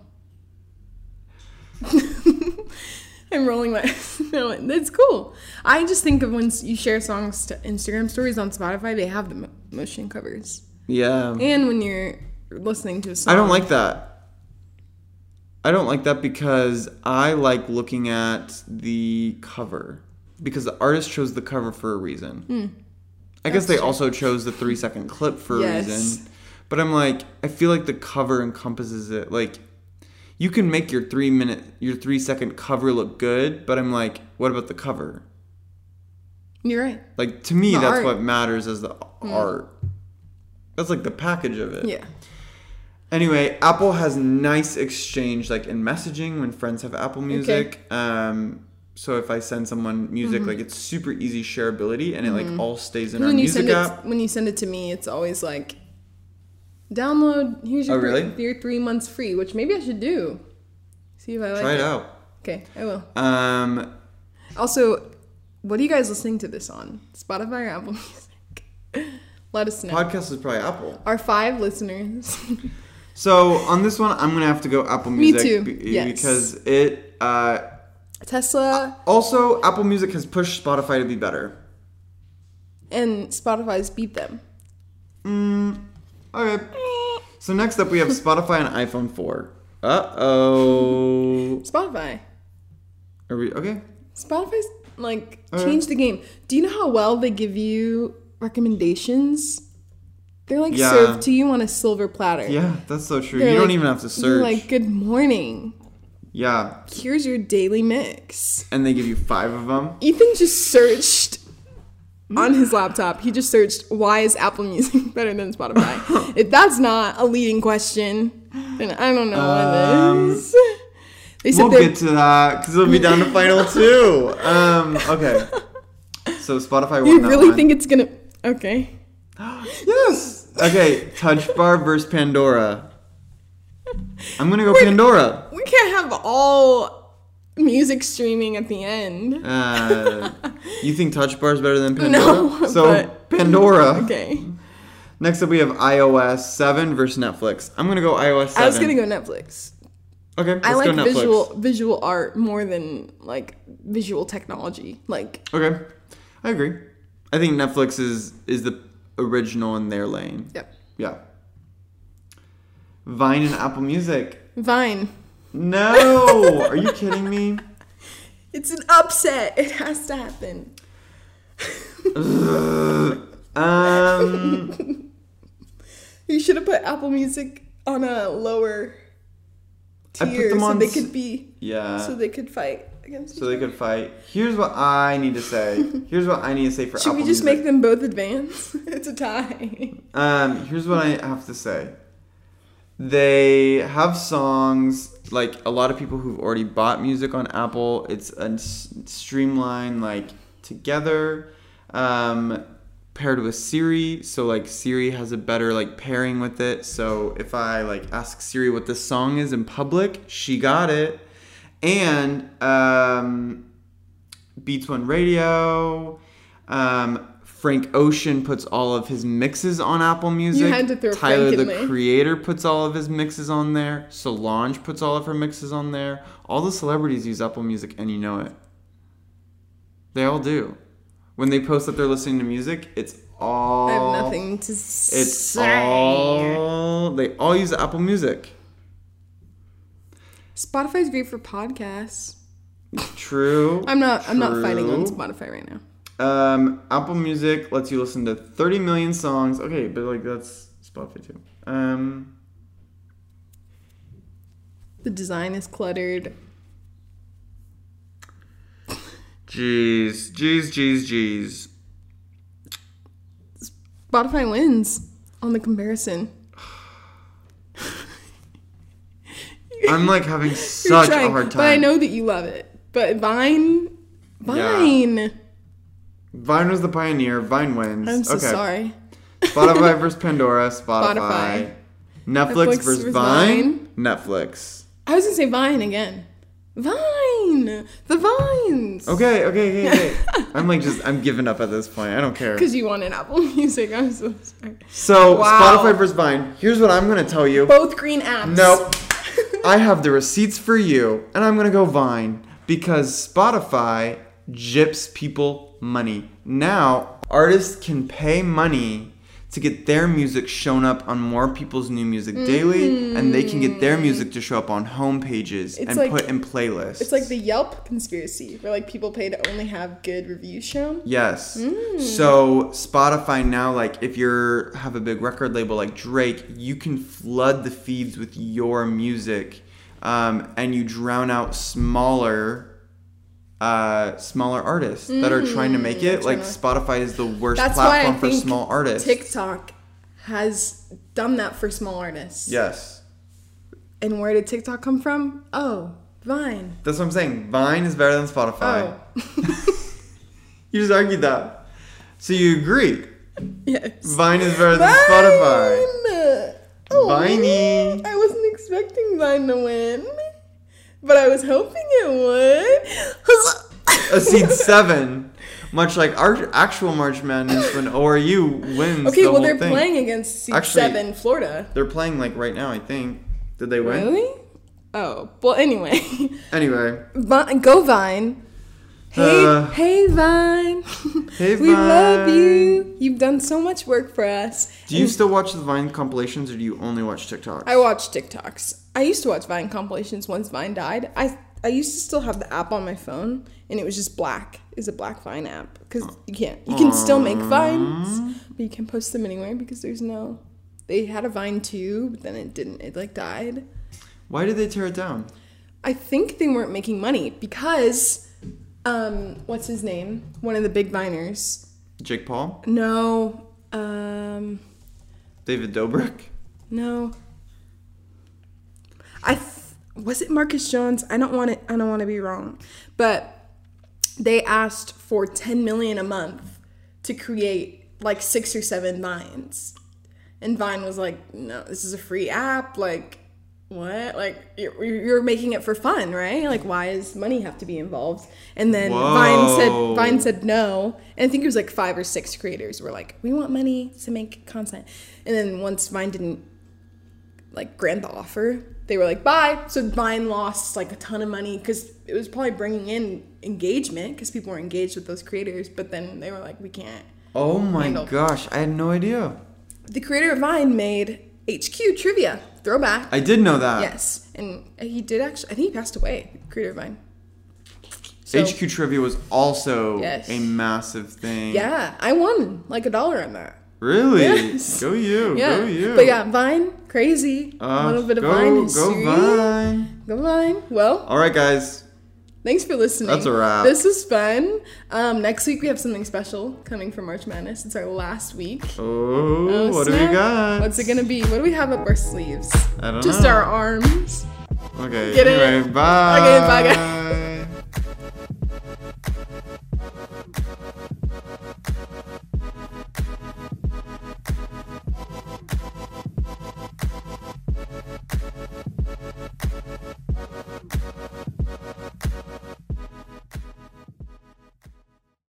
<laughs> I'm rolling my <laughs> no, that's cool. I just think of when you share songs to Instagram stories on Spotify, they have the mo- motion covers, yeah and when you're listening to a song, I don't like that. I don't like that because I like looking at the cover because the artist chose the cover for a reason. Hmm. I guess they also chose the three second clip for a Yes. reason. But I'm like, I feel like the cover encompasses it. Like, you can make your three minute, your three second cover look good, but I'm like, what about the cover? You're right. Like, to me, The that's art. Hmm. what matters as the art. That's like the package of it. Yeah. Anyway, Apple has nice exchange like in messaging when friends have Apple Music. Um, so if I send someone music, like it's super easy shareability, and it like all stays in our When Mm-hmm. you music send app. it when you send it to me, it's always like, download. Here's your Oh, three- really? your three months free, which maybe I should do. See if I like Try it it. out. Okay, I will. Um, Also, what are you guys listening to this on? Spotify or Apple Music? <laughs> Let us know. podcast is probably Apple. Our five listeners. <laughs> So on this one, I'm gonna have to go Apple Me Music too. be- Yes. because it. Uh, Tesla also, Apple Music has pushed Spotify to be better. and Spotify's beat them. Okay. So next up, <laughs> we have Spotify and iPhone 4. Uh oh. Spotify. Are we okay? Spotify's like Okay. changed the game. Do you know how well they give you recommendations? They're like Yeah. served to you on a silver platter. Yeah, that's so true. They're you don't like- even have to You're search. like, good morning. yeah, Here's your daily mix. and they give you five of them. Ethan just searched on his laptop. He just searched why is Apple Music <laughs> better than <laughs> Spotify? if that's not a leading question, then I don't know Um, what it is. <laughs> They said We'll they're <laughs> get to that because it'll be down to final two. Um, <laughs> okay. So Spotify won you that really one. think it's gonna okay. yes. Okay, Touch Bar versus Pandora. I'm gonna go Pandora. We can't have all music streaming at the end. Uh, you think Touch Bar is better than Pandora? No, <laughs> so but- Pandora. Okay. Next up, we have iOS 7 versus Netflix. I'm gonna go iOS 7. I was gonna go Netflix. Okay, let's I like go Netflix. visual visual art more than like visual technology. Like Okay, I agree. I think Netflix is is the original in their lane. yep. Yeah. Vine and Apple Music. Vine. <laughs> No, are you kidding me? It's an upset. It has to happen. Um, You should have put Apple Music on a lower I put tier them so on they s- could be yeah. so they could fight against So each they could fight. Here's what I need to say. Here's what I need to say for other. Should Apple we just Music. make them both advance? <laughs> it's a tie. Um, here's what I have to say. They have songs like a lot of people who've already bought music on Apple. It's a s- streamlined like together, um, paired with Siri. So like Siri has a better like pairing with it. So if I like ask Siri what this song is in public, she got it. And um, Beats One Radio, um, Frank Ocean puts all of his mixes on Apple Music. had to throw Tyler Frank in the there. Creator puts all of his mixes on there. Solange puts all of her mixes on there. All the celebrities use Apple Music and you know it. They all do. When they post that they're listening to music, it's all I have nothing to say. It's all they all use Apple Music. Spotify's great for podcasts. True. I'm not. I'm not fighting on true. Spotify right now. Um, Apple Music lets you listen to 30 million songs. Okay, but like that's Spotify too. Um, The design is cluttered. jeez, jeez, jeez, jeez. Spotify wins on the comparison. I'm like <laughs> having You're such trying, a hard time. but I know that you love it. But Vine, Vine. Vine was the pioneer. Vine wins. I'm so okay. sorry. <laughs> Spotify versus Pandora. Spotify. Spotify. Netflix, Netflix versus versus Vine. Netflix. I was gonna say Vine again. Vine, the vines. Okay, okay, okay, okay. <laughs> I'm like just I'm giving up at this point. I don't care. Because you wanted Apple <laughs> Music. I'm so sorry. So Wow. Spotify versus Vine. Here's what I'm gonna tell you. Both green apps. <laughs> Nope. I have the receipts for you, and I'm gonna go Vine because Spotify gyps people money. Now artists can pay money to get their music shown up on more people's new music daily, and they can get their music to show up on homepages and Mm. like- put in playlists. It's like the Yelp conspiracy, where like people pay to only have good reviews shown. Yes. Mm. So Spotify now, like if you're have a big record label like Drake, you can flood the feeds with your music, um, and you drown out smaller, uh, smaller artists that are trying to make it. Like Spotify is the worst Mm. That's why platform I for think small artists. TikTok has done that for small artists. yes, And where did TikTok come from? Oh, Vine. that's what I'm saying. Vine is better than Spotify. Oh, <laughs> You just argued that. So you agree? yes. Vine is better than Spotify. Vine! Oh, Viney. I wasn't expecting Vine to win, but I was hoping it would. <laughs> a seed seven, much like our actual March Madness when ORU wins. <laughs> Okay, the well whole they're thing. playing against seed Actually- seven, Florida. They're playing like right now, I think. Did they win? Really? Oh, well. Anyway, <laughs> Anyway, Vi- go Vine. Hey, Uh, hey Vine. <laughs> hey, we love Vine. you. You've done so much work for us. do you still watch the Vine compilations or do you only watch TikTok? Mm-hmm. I watch TikToks. I used to watch Vine compilations once Vine died. I I used to still have the app on my phone and it was just black. It's a black Vine app because you can't you can still make vines, but you can post them anywhere because there's no. They had a Vine too, but then it didn't. It like died. Why did they tear it down? I think they weren't making money because, um, what's his name? One of the big Viners. Jake Paul, No, um, David Dobrik. No. I th- was it Marcus Jones. I don't want to. I don't want to be wrong, but they asked for ten million a month to create like six or seven vines, and Vine was like, "No, this is a free app. Like, what? Like you're, you're making it for fun, right? Like, why does money have to be involved?" And then Vine Whoa. said, "Vine said no." And I think it was like five or six creators were like, "We want money to make content," and then once Vine didn't like grant the offer. They were like, bye. So Vine lost like a ton of money because it was probably bringing in engagement because people were engaged with those creators. But then they were like, we can't. Oh my Handle. gosh, I had no idea. The creator of Vine made HQ Trivia throwback. I did know that. yes, and he did actually. I think he passed away. the Creator of Vine. So, HQ trivia was also Yes. a massive thing. Yeah, I won like a dollar on that. Really? Yes. Go you. Yeah, Go Oh, you. but yeah, Vine, crazy. Uh, a little bit of go, Vine Go history. Vine. Go Vine. Well, All right, guys. Thanks for listening. That's a wrap. This was fun. Um, next week we have something special coming for March Madness. It's our last week. Oh, Oh, what do snap. we got? Ah. What's it gonna be? What do we have up our sleeves? I don't Just know. our arms. Okay. Get it? anyway, Okay, bye. bye, guys. bye.